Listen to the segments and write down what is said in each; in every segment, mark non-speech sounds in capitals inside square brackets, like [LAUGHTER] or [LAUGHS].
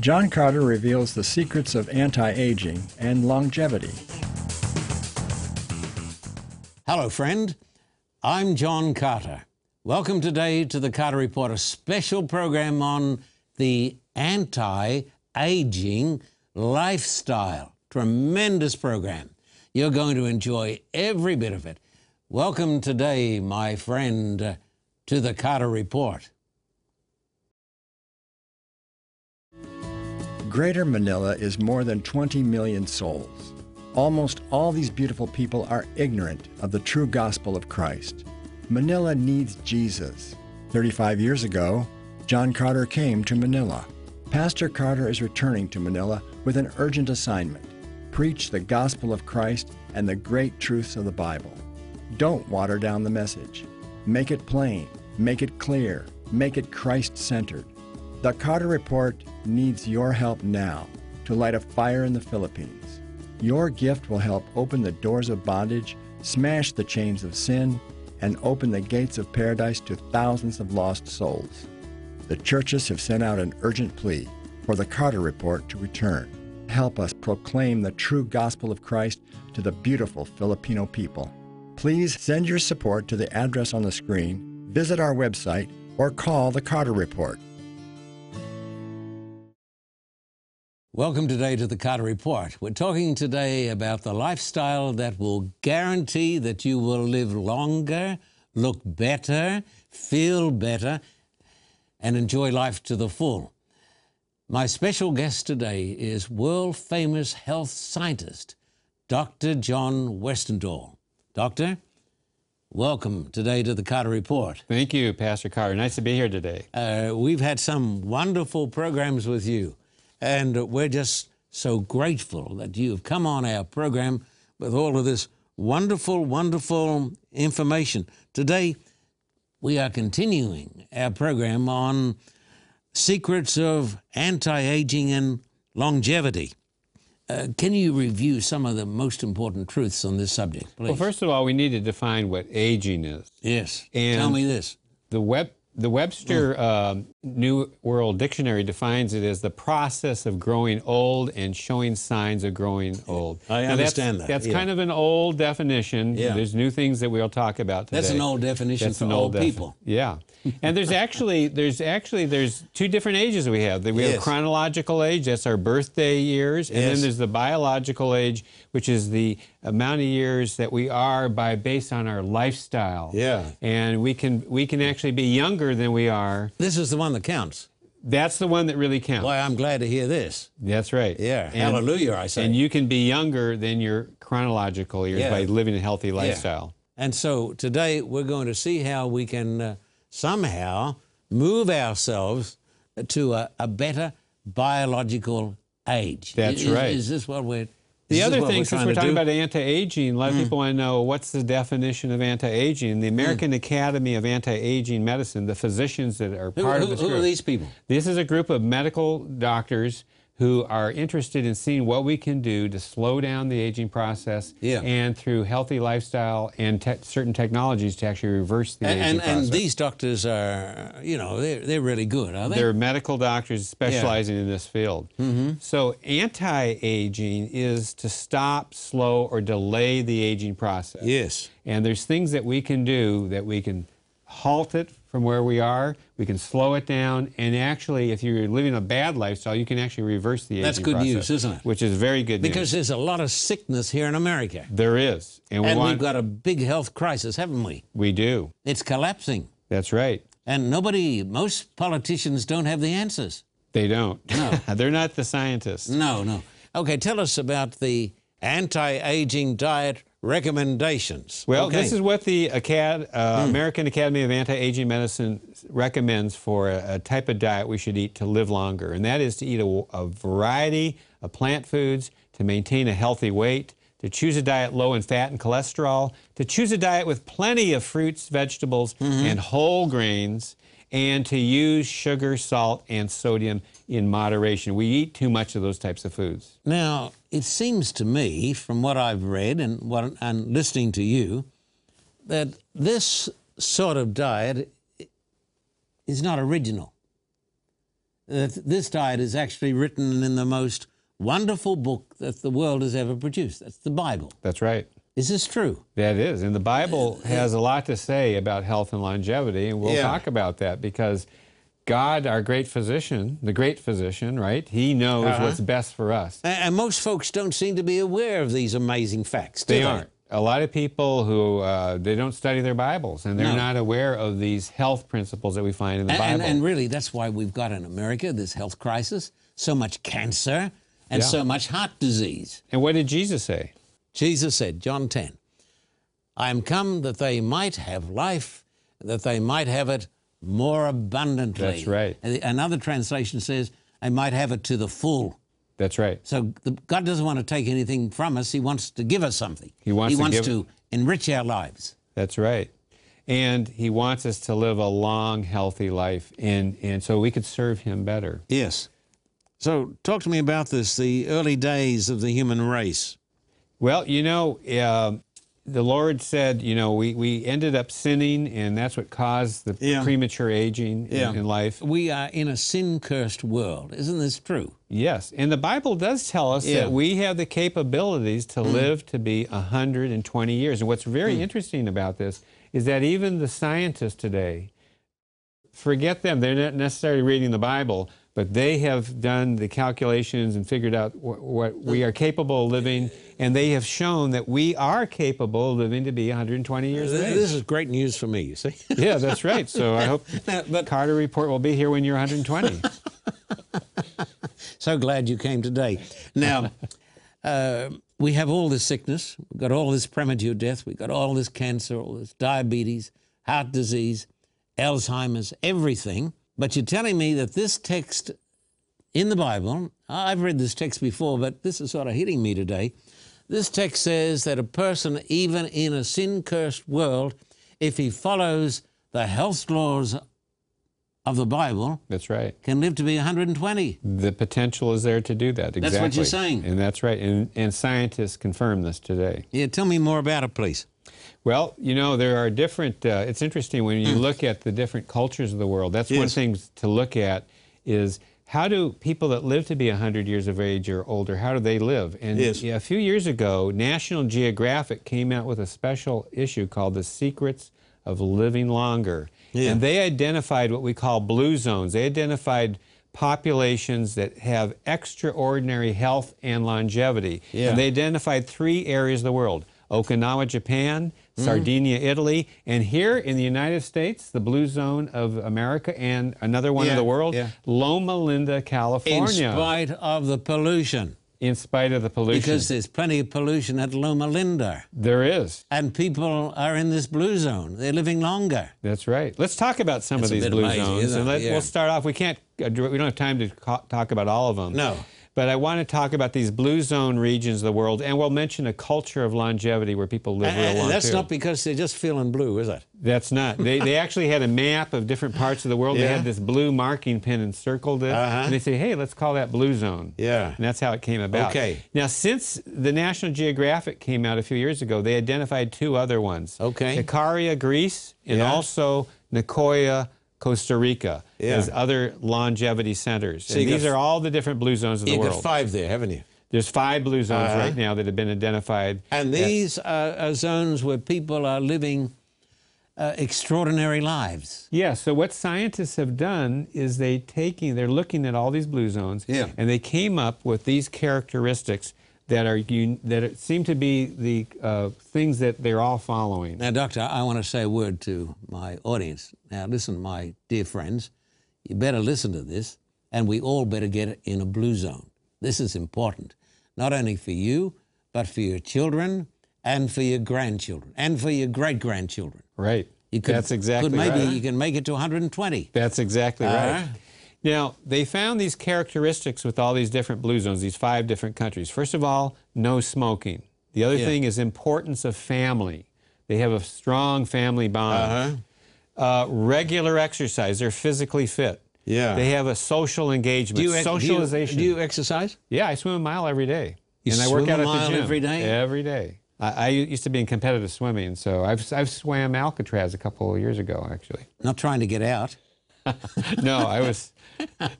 John Carter reveals the secrets of anti aging and longevity. Hello, friend. I'm John Carter. Welcome today to the Carter Report, a special program on the anti aging lifestyle. Tremendous program. You're going to enjoy every bit of it. Welcome today, my friend, uh, to the Carter Report. Greater Manila is more than 20 million souls. Almost all these beautiful people are ignorant of the true gospel of Christ. Manila needs Jesus. 35 years ago, John Carter came to Manila. Pastor Carter is returning to Manila with an urgent assignment preach the gospel of Christ and the great truths of the Bible. Don't water down the message. Make it plain, make it clear, make it Christ centered. The Carter Report needs your help now to light a fire in the Philippines. Your gift will help open the doors of bondage, smash the chains of sin, and open the gates of paradise to thousands of lost souls. The churches have sent out an urgent plea for the Carter Report to return. Help us proclaim the true gospel of Christ to the beautiful Filipino people. Please send your support to the address on the screen, visit our website, or call the Carter Report. Welcome today to the Carter Report. We're talking today about the lifestyle that will guarantee that you will live longer, look better, feel better, and enjoy life to the full. My special guest today is world famous health scientist, Dr. John Westendahl. Doctor, welcome today to the Carter Report. Thank you, Pastor Carter. Nice to be here today. Uh, we've had some wonderful programs with you, and we're just so grateful that you've come on our program with all of this wonderful, wonderful information. Today, we are continuing our program on secrets of anti aging and longevity. Uh, can you review some of the most important truths on this subject, please? Well, first of all, we need to define what aging is. yes. and- Tell me this. The web the Webster Mm. um, New World Dictionary defines it as the process of growing old and showing signs of growing old. I Now, that's- understand that, That's yeah. kind of an old definition. Yeah. There's new things that we'll talk about today. That's an old definition That's for an old, old defi- people. Yeah, [LAUGHS] and there's actually there's actually there's two different ages we have. We Yes. have chronological age, that's our birthday years, and Yes. then there's the biological age, which is the amount of years that we are by based on our lifestyle. Yeah. and we can we can actually be younger than we are. This is the one that counts. That's the one that really counts. Boy, I'm glad to hear this. That's right. Yeah. And- Hallelujah, I say. And you can be younger than your chronological years Yeah. by living a healthy lifestyle. And so today we're going to see how we can uh, somehow move ourselves to a, a better biological age. That's Is- right. Is this what we're The other thing, since we're talking about anti-aging, a lot of Mm. people want to know what's the definition of anti-aging. The American Mm. Academy of Anti-Aging Medicine, the physicians that are who, part who- of this who group. are these people? This is a group of medical doctors who are interested in seeing what we can do to slow down the aging process, Yeah. and through healthy lifestyle and te- certain technologies to actually reverse the aging And, and, process. and these doctors are, you know, they're, they're really good, are they? They're medical doctors specializing in this field. Mm-hmm. So, anti aging is to stop, slow, or delay the aging process. yes. And there's things that we can do that we can halt it from where we are, we can slow it down, and actually, if you're living a bad lifestyle, you can actually reverse the aging That's good process, news, isn't it? Which is very good Because news. there's a lot of sickness here in America. There is. And, we and want, we've got a big health crisis, haven't we? we do. It's collapsing. That's right. And nobody, most politicians don't have the answers. They don't. No. [LAUGHS] They're not the scientists. No, no. Okay, tell us about the anti aging diet recommendations. Well, Okay. this is what the Acad- uh, American Academy of Anti Aging Medicine recommends for a, a type of diet we should eat to live longer, and that is to eat a, a variety of plant foods to maintain a healthy weight, to choose a diet low in fat and cholesterol, to choose a diet with plenty of fruits, vegetables, and whole grains, and to use sugar, salt, and sodium in moderation. We eat too much of those types of foods. Now, it seems to me, from what I've read and what and listening to you, that this sort of diet is not original. That this diet is actually written in the most wonderful book that the world has ever produced. That's the Bible. That's right. Is this true? That is, and the Bible has a lot to say about health and longevity, and we'll Yeah. talk about that because God, our great physician, the great physician, right? He knows Uh-huh. what's best for us. A- And most folks don't seem to be aware of these amazing facts. Do They aren't. A lot of people who uh, they don't study their Bibles, and they're No. not aware of these health principles that we find in the And, and, Bible. and really, that's why we've got in America this health crisis, so much cancer, and Yeah. so much heart disease. and what did Jesus say? Jesus said, John 10, I am come that they might have life, that they might have it more abundantly. That's right. And the- Another translation says, they might have it to the full. That's right. So the, God doesn't want to take anything from us. He wants to give us something. He wants to give- to enrich our lives. That's right. And He wants us to live a long, healthy life, and and so we could serve Him better. Yes. So talk to me about this, the early days of the human race. Well, you know, um the Lord said, you know, we, we ended up sinning, and that's what caused the Yeah. premature aging in- Yeah. in, life. We are in a sin cursed world. Isn't this true? Yes. And the Bible does tell us Yeah. Mm. that we have the capabilities to live to be 120 years. And what's very interesting about this is that even the scientists today, forget them, they're not necessarily reading the Bible. But they have done the calculations and figured out wh- what we Mm. are capable of living, and they have shown that we are capable of living to be 120 years of Th- age. [LAUGHS] This is great news for me, you see. Yeah, that's right. So I hope No, the but- Carter Report will be here when [LAUGHS] you're 120. So glad you came today. Now, uh, we have all this sickness. We've got all this premature death. We've got all this cancer, all this diabetes, heart disease, Alzheimer's, everything. But you're telling me that this text in the Bible, I've read this text before, but this is sort of hitting me today. This text says that a person, even in a sin cursed world, if he follows the health laws of the Bible, That's right. can live to be 120. The potential is there to do that. Exactly. That's what you're saying. And that's right. And, and scientists confirm this today. Yeah, tell me more about it, please. Well, you know, there are different, uh, it's interesting when you look at the different cultures of the world. That's one Mm. Yes. thing to look at is how do people that live to be 100 years of age or older, how do they live? And Yes. yeah, a few years ago, National Geographic came out with a special issue called The Secrets of Living Longer. Yeah. And they identified what we call blue zones. They identified populations that have extraordinary health and longevity. Yeah. And they identified three areas of the world Okinawa, Japan, Mm-hmm. Sardinia, Italy, and here in the United States, the blue zone of America, and another one Yeah, of the world, yeah. Loma Linda, In California. spite of the pollution, in spite of the pollution. because there's plenty of pollution at Loma Linda, there is. and people are in this blue zone. They're living longer. That's right. Let's talk about some That's a of these bit blue amazing, zones, isn't and it? let, Yeah. we'll start off. We can't. uh, do- We don't have time to co- talk about all of them. No. But I want to talk about these blue zone regions of the world, and we'll mention a culture of longevity where people live real And- long. and that's too. not because they're just feeling blue, is it? That's not. [LAUGHS] They, they actually had a map of different parts of the world. They Yeah. had this blue marking pen and circled it. Uh-huh. And they say, hey, let's call that blue zone. Yeah. And that's how it came about. Okay. Now, since the National Geographic came out a few years ago, they identified two other ones. Okay. Sicaria, Greece, and Yeah. also Nicoya, Costa Rica, Yeah. as other longevity centers. you and got these f- are all the different blue zones of the You world. got five there, haven't you? There's five blue zones right now that have been identified. And these are, are zones where people are living uh, extraordinary lives. Yeah, so what scientists have done is they taking they're looking at all these blue zones Yeah. and they came up with these characteristics that are un, that it seem to be the uh, things that they're all following. Now, Doctor, I want to say a word to my audience. Now, listen, my dear friends, you better listen to this, and we all better get in a blue zone. This is important, not only for you, but for your children and for your grandchildren and for your great grandchildren. Right. You could, That's exactly could maybe right. you can make it to 120. That's exactly Uh-huh. right. Now, they found these characteristics with all these different blue zones, these five different countries. First of all, no smoking. The other thing is importance of family. They have a strong family Uh-huh. bond. uh regular exercise. They're physically fit. Yeah. They have a social engagement. ex- Socialization. Do you, do you exercise? Yeah, I swim a mile every day. You and I work swim out a at mile the gym every day? Every day. I, I used to be in competitive swimming, so I've, I've swam Alcatraz a couple of years ago, actually. Not trying to get out. No, I was.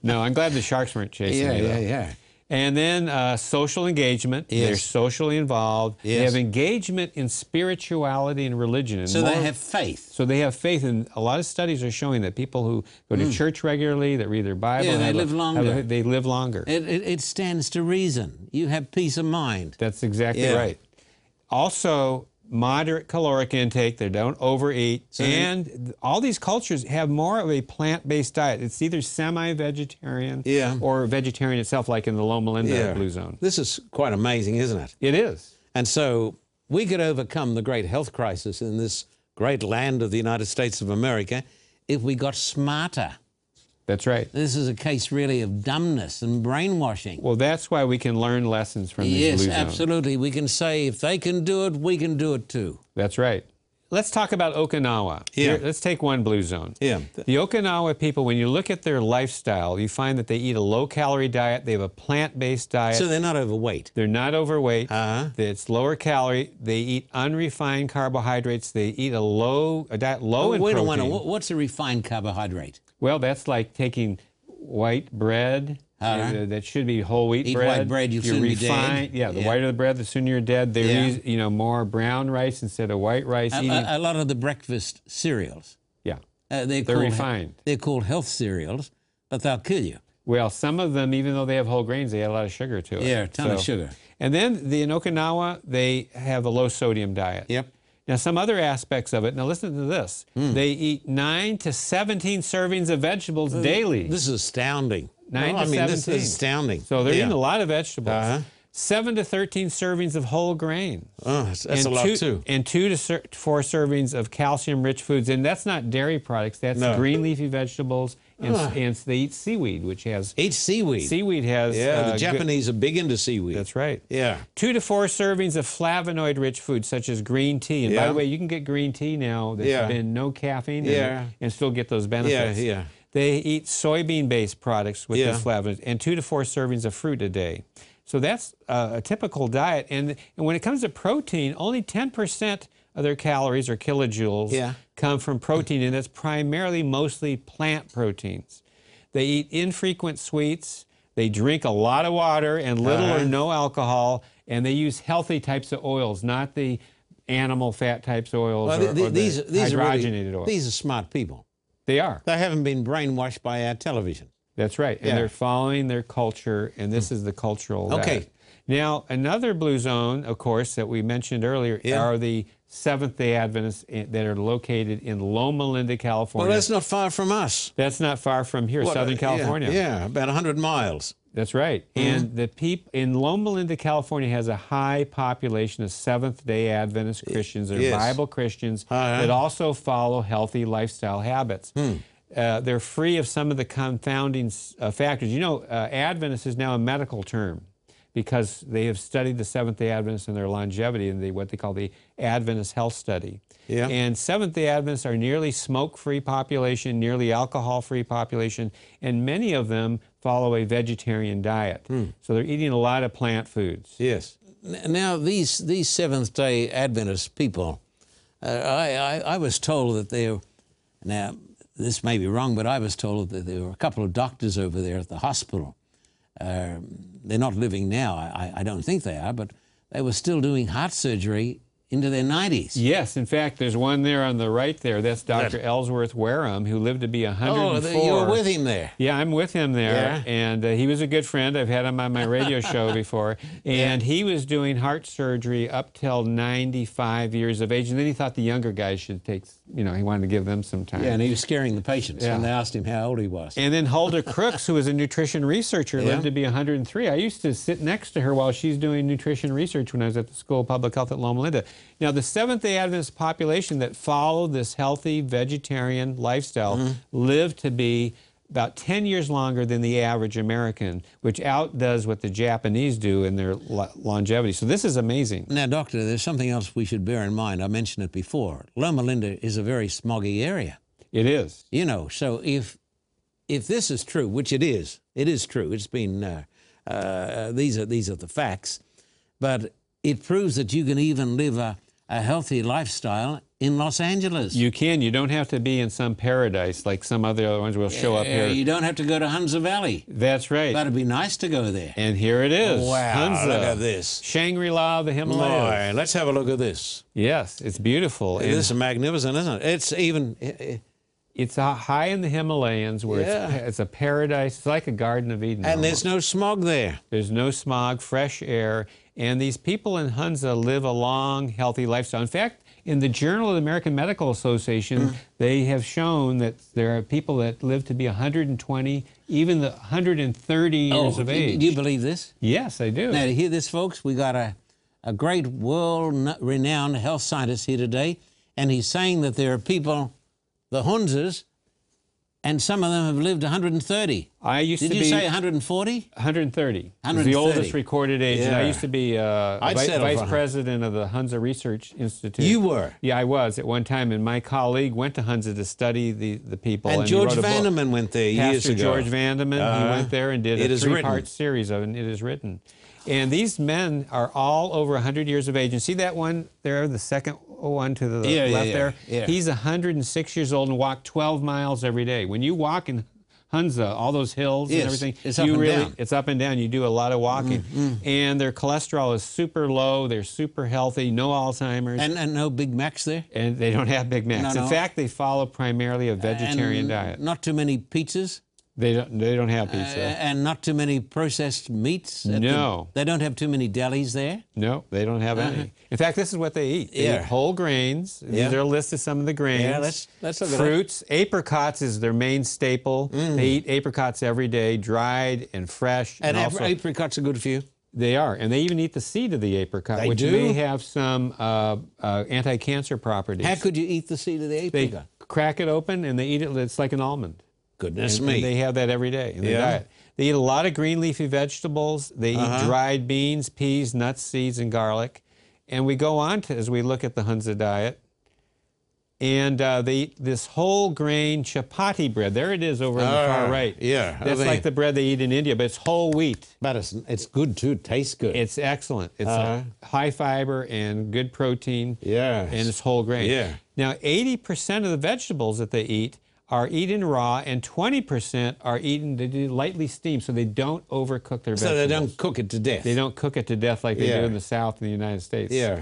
no, I'm glad the sharks weren't chasing me. though. yeah. And then uh, social engagement. They're Yes. socially involved. They Yes. have engagement in spirituality and religion. and So they more- have faith. So they have faith, and a lot of studies are showing that people who go to church regularly, that read their Bible, Hmm. Yeah, they have a- live have a- longer. they live longer. It, it, it stands to reason. You have peace of mind. That's exactly Yeah. right. Also, moderate caloric intake. They don't overeat. they- and th- all these cultures have more of a plant-based diet. It's either semi-vegetarian Yeah. or vegetarian itself, like in the Loma Linda Blue Zone. This is quite amazing, isn't it? It is. And so we could overcome the great health crisis in this great land of the United States of America if we got smarter. That's right. This is a case really of dumbness and brainwashing. Well, that's why we can learn lessons from these yes, Blue Zones. absolutely. We can say if they can do it, we can do it too. That's right. Let's talk about Okinawa. Yeah. Here, let's take one blue zone. Yeah. The Okinawa people, when you look at their lifestyle, you find that they eat a low calorie diet, they have a plant based diet. So they're not overweight. They're not overweight. Uh-huh. It's lower calorie. They eat unrefined carbohydrates. They eat a low a diet low in Oh, Wait a Oh, protein. minute. wha- What's a refined carbohydrate? Well, that's like taking white bread. Uh-huh. uh, that should be whole wheat Eat bread. white bread, you'll soon be dead. refine- Yeah, the Yeah. whiter the bread, the sooner you're dead. They Yeah. Uh, use, you know, more brown rice instead of white rice. A, eating, a- a lot of the breakfast cereals. yeah. Uh, they're They're called, he- refined. They're called health cereals, but they'll kill you. Well, some of them, even though they have whole grains, they add a lot of sugar to it. Yeah, a ton of sugar. And then the in Okinawa, they have a low sodium diet. Yep. Now, some other aspects of it. Now, listen to this. Hmm. They eat nine to 17 servings of vegetables daily. Uh, This is astounding. Nine Well, to I mean, this is 17. astounding. so they're yeah. eating a lot of vegetables. Uh-huh. Seven to 13 servings of whole grain. Oh, that's that's a lot two, too. And two to ser- four servings of calcium-rich foods, and that's not dairy products. That's No. green leafy vegetables, and, s- and s- they eat seaweed, which has Eat seaweed. seaweed has Yeah, uh, the good- Japanese are big into seaweed. That's right. Yeah. Two to four servings of flavonoid-rich foods such as green tea. And by Yeah. the way, you can get green tea now that's Yeah. been no caffeine in it Yeah. and still get those benefits. yeah. They eat soybean-based products with Yeah. the flavonoids and two to four servings of fruit a day. So that's uh, a typical diet. And, and when it comes to protein, only 10% of their calories or kilojoules Yeah. come from protein, and that's primarily mostly plant proteins. They eat infrequent sweets, they drink a lot of water and little Uh-huh. or no alcohol, and they use healthy types of oils, not the animal fat types of oils Well, or, th- th- or the these these are really- hydrogenated oils. these are smart people. they are. They haven't been brainwashed by our television. That's right. And Yeah. Hmm. they're following their culture, and this is the cultural. Okay. diet. Now, another blue zone, of course, that we mentioned earlier Yeah. are the Seventh day Adventists eh, that are located in Loma Linda, California. Well, that's not far from us. That's not far from here, What, Southern uh, yeah, California. Yeah, Mm-hmm. about 100 miles. That's right. And the peop in Loma Linda, California has a high population of Seventh day Adventist Christians. They're yes. Bible Christians Uh-huh. that also follow healthy lifestyle habits. Uh, they're free of some of the confounding s- uh, factors. You know, uh, Adventist is now a medical term because they have studied the Seventh day Adventists and their longevity in the, what they call the Adventist Health Study. Yeah. And Seventh day Adventists are nearly smoke free population, nearly alcohol free population, and many of them follow a vegetarian diet. So they're eating a lot of plant foods. Yes. N- now, these, these Seventh day Adventist people, uh, I, I, I was told that they're, now, this may be wrong, but I was told that there were a couple of doctors over there at the hospital. Um they're not living now. I, I- I don't think they are, but they were still doing heart surgery into their 90s. Yes, in fact, there's one there on the right there. That's Dr. Ellsworth Wareham, who lived to be 104. Oh, you were with him there. Yeah, I'm with him there, Yeah. and uh, he was a good friend. I've had him on my [LAUGHS] radio show before, and he was doing heart surgery up till 95 years of age, and then he thought the younger guys should take, you know, he wanted to give them some time. Yeah, and he was scaring the patients, and they asked him how old he was. And then Hulda Crooks, who is a nutrition researcher, lived Yeah. to be 103. I used to sit next to her while she's doing nutrition research when I was at the School of Public Health at Loma Linda. Now, the Seventh day Adventist population that followed this healthy vegetarian lifestyle Mm-hmm. lived to be about 10 years longer than the average American, which outdoes what the Japanese do in their lo- longevity. So, this is amazing. Now, Doctor, there's something else we should bear in mind. I mentioned it before. Loma Linda is a very smoggy area, It is. you know. So if if this is true, which it is, it is true. It's been uh, uh, these are these are the facts, but it proves that you can even live a, a healthy lifestyle in Los Angeles. You can. You don't have to be in some paradise like some other ones will show up Uh, here. you don't have to go to Hunza Valley, That's right. but it'd be nice to go there. And here it is. Wow, Hunza. look at this. Shangri La, the Himalayas. Boy, let's have a look at this. Yes, it's beautiful. And This is magnificent, isn't it? It's even. it's uh, high in the Himalayas where it's, it's a paradise. It's like a Garden of Eden. And almost. there's no smog there. There's no smog, fresh air, and these people in Hunza live a long, healthy lifestyle. In fact, in the Journal of the American Medical Mm. Association, they have shown that there are people that live to be 120, even the 130 years of Oh, do age. you believe this? yes, I do. Now, to hear this, folks, we got a, a great world renowned health scientist here today, and he's saying that there are people, the Hunzas, and some of them have lived 130. I used Did to you be say 140? 130. It's the 130. oldest recorded age. And I Yeah. used to be uh, I'd vi- settle for vice 100. president of the Hunza Research Institute. You were. Yeah, I was at one time, and my colleague went to Hunza to study the, the people. And he George Oh, wrote a book. Vanderman went there Pastor years ago. George Vanderman, he Uh-huh. went there and did It a is three-part written. series of, and it is written. And these men are all over 100 years of age. And see that one there, the second one to the Yeah, yeah, left yeah, there? yeah. He's 106 years old and walked 12 miles every day. When you walk in Hunza, all those hills Yes, and everything, it's you up and really down. Mm, it's up and down. You do a lot of walking, and their cholesterol is super low. They're super healthy, no Alzheimer's, and, And, and no Big Macs there? they don't have Big Macs. No, In no. fact, they follow primarily a vegetarian and diet. Not too many pizzas, They don't they don't have uh, pizza. and not too many processed meats. at the- No. they don't have too many delis there. No, they don't have any. In fact, this is what they eat. They Uh-huh. Yeah. eat whole grains. Yeah. These are a list of some of the grains. let's- let's look at it. Fruits. Apricots is their main staple. They eat apricots every day, dried and Mm. fresh. And, And, ap- also, apricots are good for you. they are. And they even eat the seed of the apricot, They which do? may have some uh, uh, anti-cancer properties. How could you eat the seed of the they apricot? crack it open and they eat it. It's like an almond. Goodness and, me. and they have that every day in their Yeah. diet. They eat a lot of green leafy vegetables. They Uh-huh. eat dried beans, peas, nuts, seeds, and garlic. And we go on to as we look at the Hunza diet. And uh, they eat this whole grain chapati bread. There it is over on the Ah, far right. yeah, I That's think- like the bread they eat in India, but it's whole wheat. But it's, it's good too. It tastes good. It's excellent. It's uh, high fiber and good protein. Uh-huh. Yes. And it's whole grain. Yeah. Now, 80% of the vegetables that they eat are eaten raw, and 20% are eaten they do lightly steamed, so they don't overcook their so vegetables. they don't cook it to death. They don't cook it to death like they Yeah. do in the South in the United States. Yeah.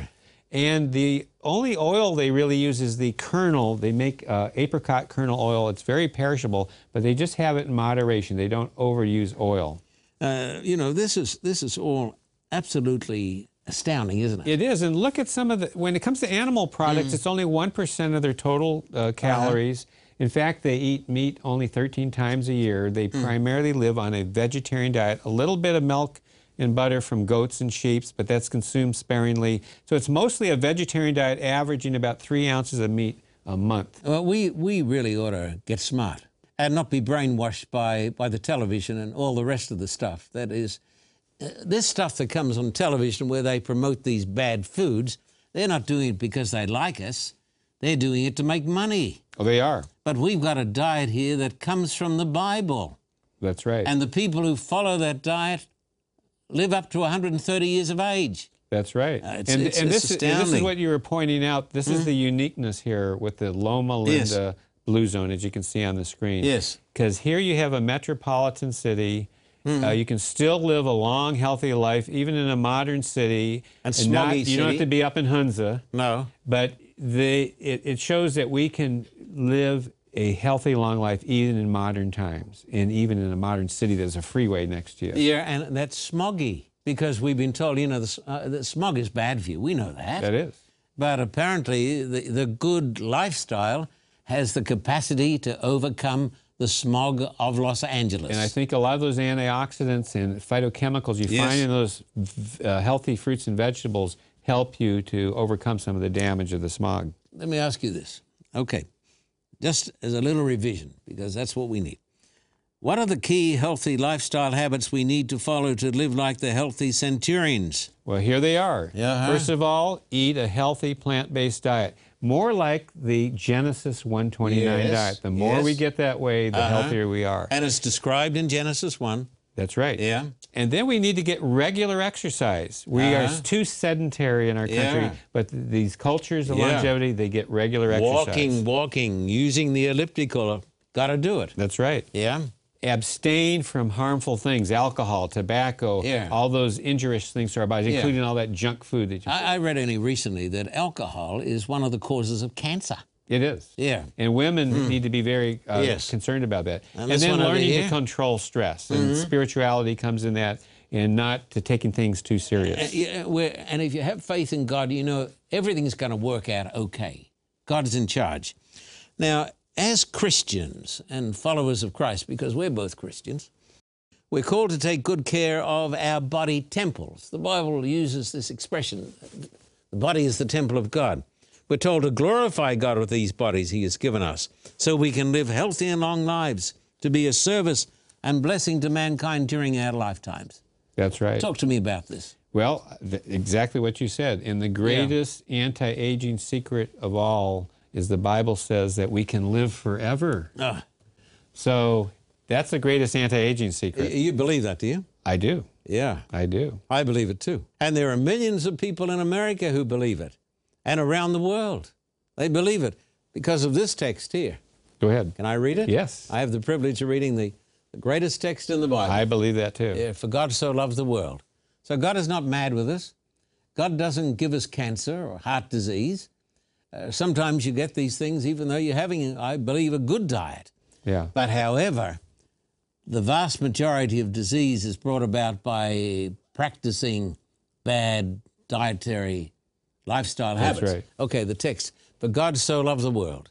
And the only oil they really use is the kernel. They make uh, apricot kernel oil. It's very perishable, but they just have it in moderation. They don't overuse oil. Uh, you know, this is this is all absolutely astounding, isn't it? It is, and look at some of the. When it comes to animal products, it's only one percent of their total uh, calories. In fact, they eat meat only 13 times a year. They primarily live on a vegetarian diet. A little bit of milk and butter from goats and sheep, but that's consumed sparingly. So it's mostly a vegetarian diet, averaging about three ounces of meat a month. Well, we we really ought to get smart and not be brainwashed by by the television and all the rest of the stuff. That is, uh, this stuff that comes on television where they promote these bad foods. They're not doing it because they like us. They're doing it to make money. Oh, they are. But we've got a diet here that comes from the Bible. That's right. And the people who follow that diet live up to 130 years of age. That's right. Uh, it's- it's- and, it's this, is- and this is astounding. Mm-hmm. what you were pointing out. This is the uniqueness here with the Loma Linda Yes. Blue Zone, as you can see on the screen. Yes. Because here you have a metropolitan city. Mm-hmm. Uh, you can still live a long, healthy life, even in a modern city. And not- smoggy You don't have city. to be up in Hunza. No. But the, it, it shows that we can live a healthy, long life even in modern times, and even in a modern city that's a freeway next to you. Yeah, and that's smoggy because we've been told, you know, the, s- uh, the smog is bad for you. We know that. That is. But apparently, the, the good lifestyle has the capacity to overcome the smog of Los Angeles. And I think a lot of those antioxidants and phytochemicals you Yes. find in those v- uh, healthy fruits and vegetables help you to overcome some of the damage of the smog. Let me ask you this. Okay. Just as a little revision, because that's what we need. What are the key healthy lifestyle habits we need to follow to live like the healthy centurions? Well, here they are. Yeah, uh-huh. huh? First of all, eat a healthy plant-based diet, more like the Genesis 129 Yes, diet. The more yes. Uh-huh. we get that way, the healthier we are. And it's described in Genesis 1. That's right. Yeah. And then we need to get regular exercise. We Uh-huh. are too sedentary in our country, Yeah. but th- these cultures of Yeah. longevity, they get regular exercise. Walking, walking, using the elliptical. Got to do it. That's right. Yeah. Abstain from harmful things, alcohol, tobacco, Yeah. all those injurious things to our bodies, including all that junk food that you I, I read only recently that alcohol is one of the causes of cancer. It is. Yeah. Hmm. And women need to be very uh, Yes. concerned about that. And, this then one over learning to here. Mm-hmm. control stress. And spirituality comes in that and not to taking things too serious. Uh, Yeah, we're, and if you have faith in God, you know everything's going to work out okay. God's in charge. Now, as Christians and followers of Christ, because we're both Christians, we're called to take good care of our body temples. The Bible uses this expression the body is the temple of God. We're told to glorify God with these bodies He has given us so we can live healthy and long lives, to be a service and blessing to mankind during our lifetimes. That's right. Talk to me about this. Well, th- exactly what you said. And the greatest anti aging secret of all is the Bible says that we can live forever. Ah. So that's the greatest anti aging secret. You believe that, do you? I do. Yeah, I do. I believe it too. And there are millions of people in America who believe it and around the world. They believe it because of this text here. Go ahead. Can I read it? Yes. I have the privilege of reading the, the greatest text in the Bible. I believe that too. Yeah, For God so loved the world. So God is not mad with us. God doesn't give us cancer or heart disease. Uh, sometimes you get these things even though you're having, I believe, a good diet. yeah. But however, the vast majority of disease is brought about by practicing bad dietary lifestyle That's habits. right. Okay, the text. For God so loved the world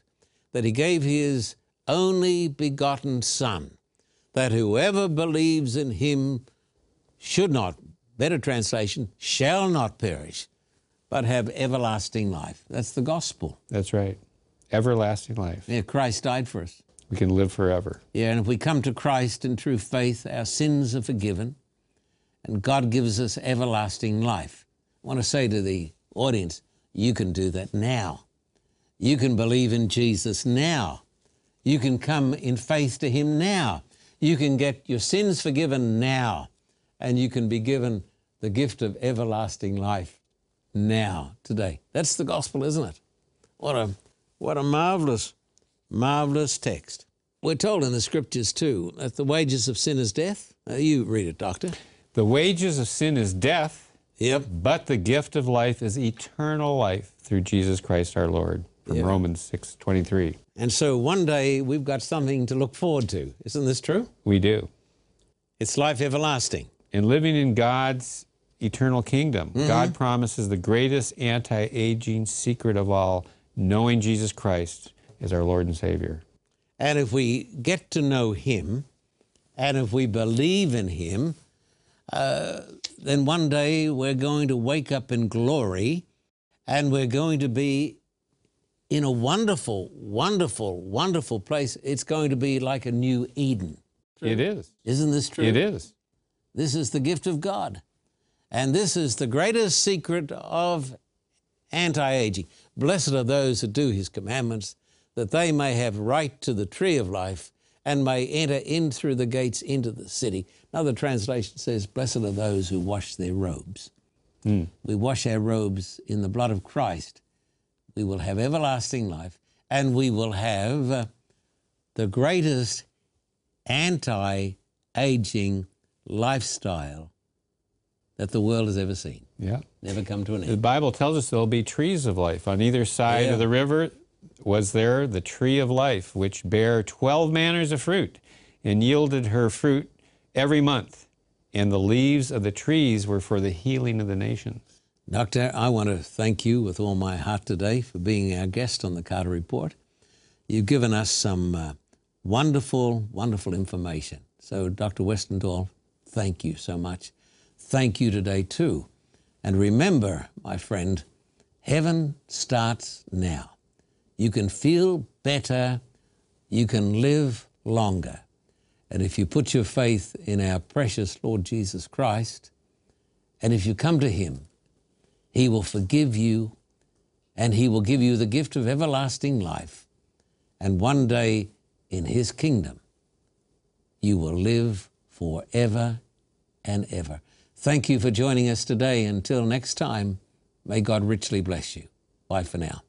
that he gave his only begotten Son, that whoever believes in him should not, better translation, shall not perish, but have everlasting life. That's the gospel. That's right. Everlasting life. Yeah, Christ died for us. We can live forever. Yeah, and if we come to Christ in true faith, our sins are forgiven, and God gives us everlasting life. I want to say to the audience, you can do that now. You can believe in Jesus now. You can come in faith to Him now. You can get your sins forgiven now, and you can be given the gift of everlasting life now, today. That's the gospel, isn't it? What a, what a marvelous, marvelous text. We're told in the scriptures too that the wages of sin is death. Uh, you read it, Doctor. The wages of sin is death, Yep. but the gift of life is eternal life through Jesus Christ our Lord. From Romans 6 23. And so one day we've got something to look forward to. Isn't this true? We do. It's life everlasting. And living in God's eternal kingdom, God promises the greatest anti aging secret of all knowing Jesus Christ as our Lord and Savior. And if we get to know Him, and if we believe in Him, uh, then one day we're going to wake up in glory and we're going to be in a wonderful, wonderful, wonderful place. It's going to be like a new Eden. It is. Isn't this true? It is. This is the gift of God. And this is the greatest secret of anti aging. Blessed are those who do his commandments, that they may have right to the tree of life and may enter in through the gates into the city. Another translation says, Blessed are those who wash their robes. We wash our robes in the blood of Christ. We will have everlasting life and we will have uh, the greatest anti aging lifestyle that the world has ever seen. Yeah. Never come to an The end. Bible tells us there'll be trees of life. On either side Yeah. of the river was there the tree of life, which bare 12 manners of fruit and yielded her fruit every month. And the leaves of the trees were for the healing of the nations. Doctor, I want to thank you with all my heart today for being our guest on the Carter Report. You've given us some uh, wonderful, wonderful information. So, Dr. Westendahl, thank you so much. Thank you today, too. And remember, my friend, heaven starts now. You can feel better, you can live longer. And if you put your faith in our precious Lord Jesus Christ, and if you come to Him, He will forgive you and He will give you the gift of everlasting life. And one day in His kingdom, you will live forever and ever. Thank you for joining us today. Until next time, may God richly bless you. Bye for now.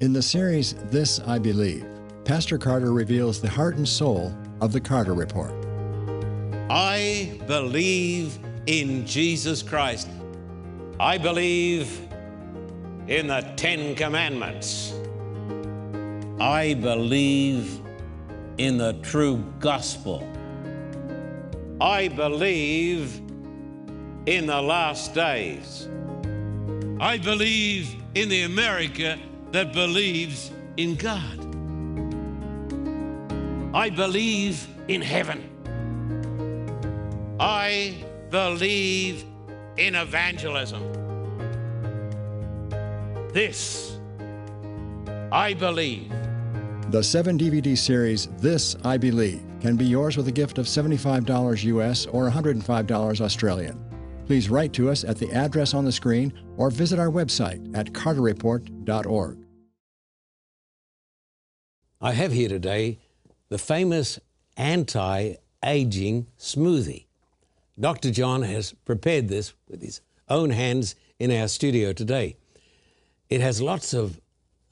In the series This I Believe, Pastor Carter reveals the heart and soul of the Carter Report. I believe in Jesus Christ. I believe in the Ten Commandments. I believe in the true gospel. I believe in the last days. I believe in the America that believes in God. I believe in heaven. I believe in evangelism. This I believe. The 7 DVD series This I Believe can be yours with a gift of $75 US or $105 Australian. Please write to us at the address on the screen or visit our website at carterreport.org. I have here today the famous anti aging smoothie. Dr. John has prepared this with his own hands in our studio today. It has lots of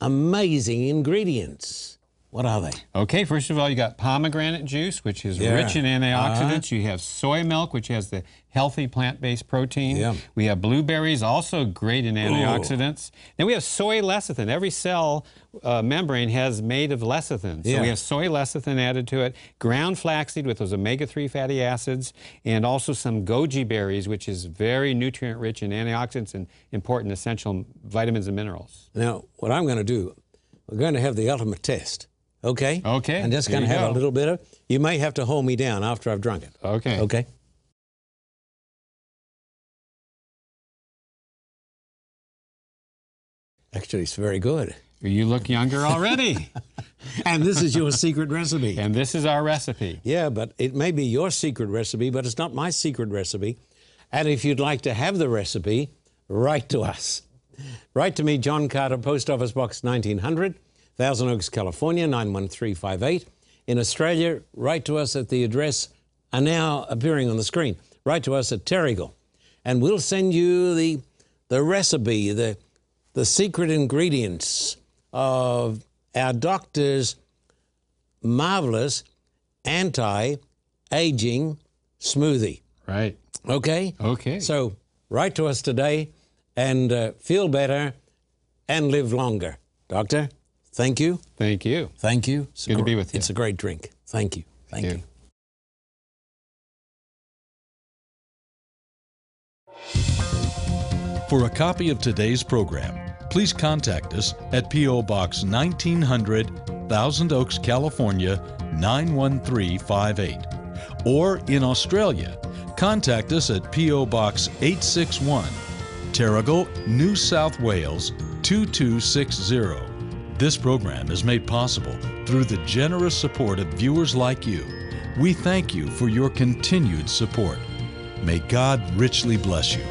amazing ingredients. What are they? Okay, first of all, you got pomegranate juice, which is Yeah. Uh-huh. rich in antioxidants. You have soy milk, which has the healthy plant based protein. Yeah. We have blueberries, also great in antioxidants. Then we have soy lecithin. Every cell uh, membrane has made of lecithin. So Yeah. we have soy lecithin added to it, ground flaxseed with those omega 3 fatty acids, and also some goji berries, which is very nutrient rich in antioxidants and important essential vitamins and minerals. Now, what I'm going to do, we're going to have the ultimate test. Okay? Okay, I'm just here going to you have a go. little bit of You may have to hold me down after I've drunk it. Okay. Okay? Actually, it's very good. You look younger [LAUGHS] already. And this is your secret [LAUGHS] recipe. and this is our recipe. Yeah, but it may be your secret recipe, but it's not my secret recipe. And if you'd like to have the recipe, write to us. Write to me, John Carter, Post Office Box 1900, Thousand Oaks, California, 91358. In Australia, write to us at the address are now appearing on the screen. Write to us at Terrigal, and we'll send you the, the recipe, the, the secret ingredients of our doctor's marvelous anti aging smoothie. Right. Okay? Okay. So write to us today and uh, feel better and live longer. Doctor, thank you. Thank you. Thank you. It's a Good to gr- be with you. It's a great drink. Thank you. Thank, you. you. For a copy of today's program, please contact us at P.O. Box 1900, Thousand Oaks, California 91358. Or in Australia, contact us at P.O. Box 861, Terrigal, New South Wales 2260. This program is made possible through the generous support of viewers like you. We thank you for your continued support. May God richly bless you.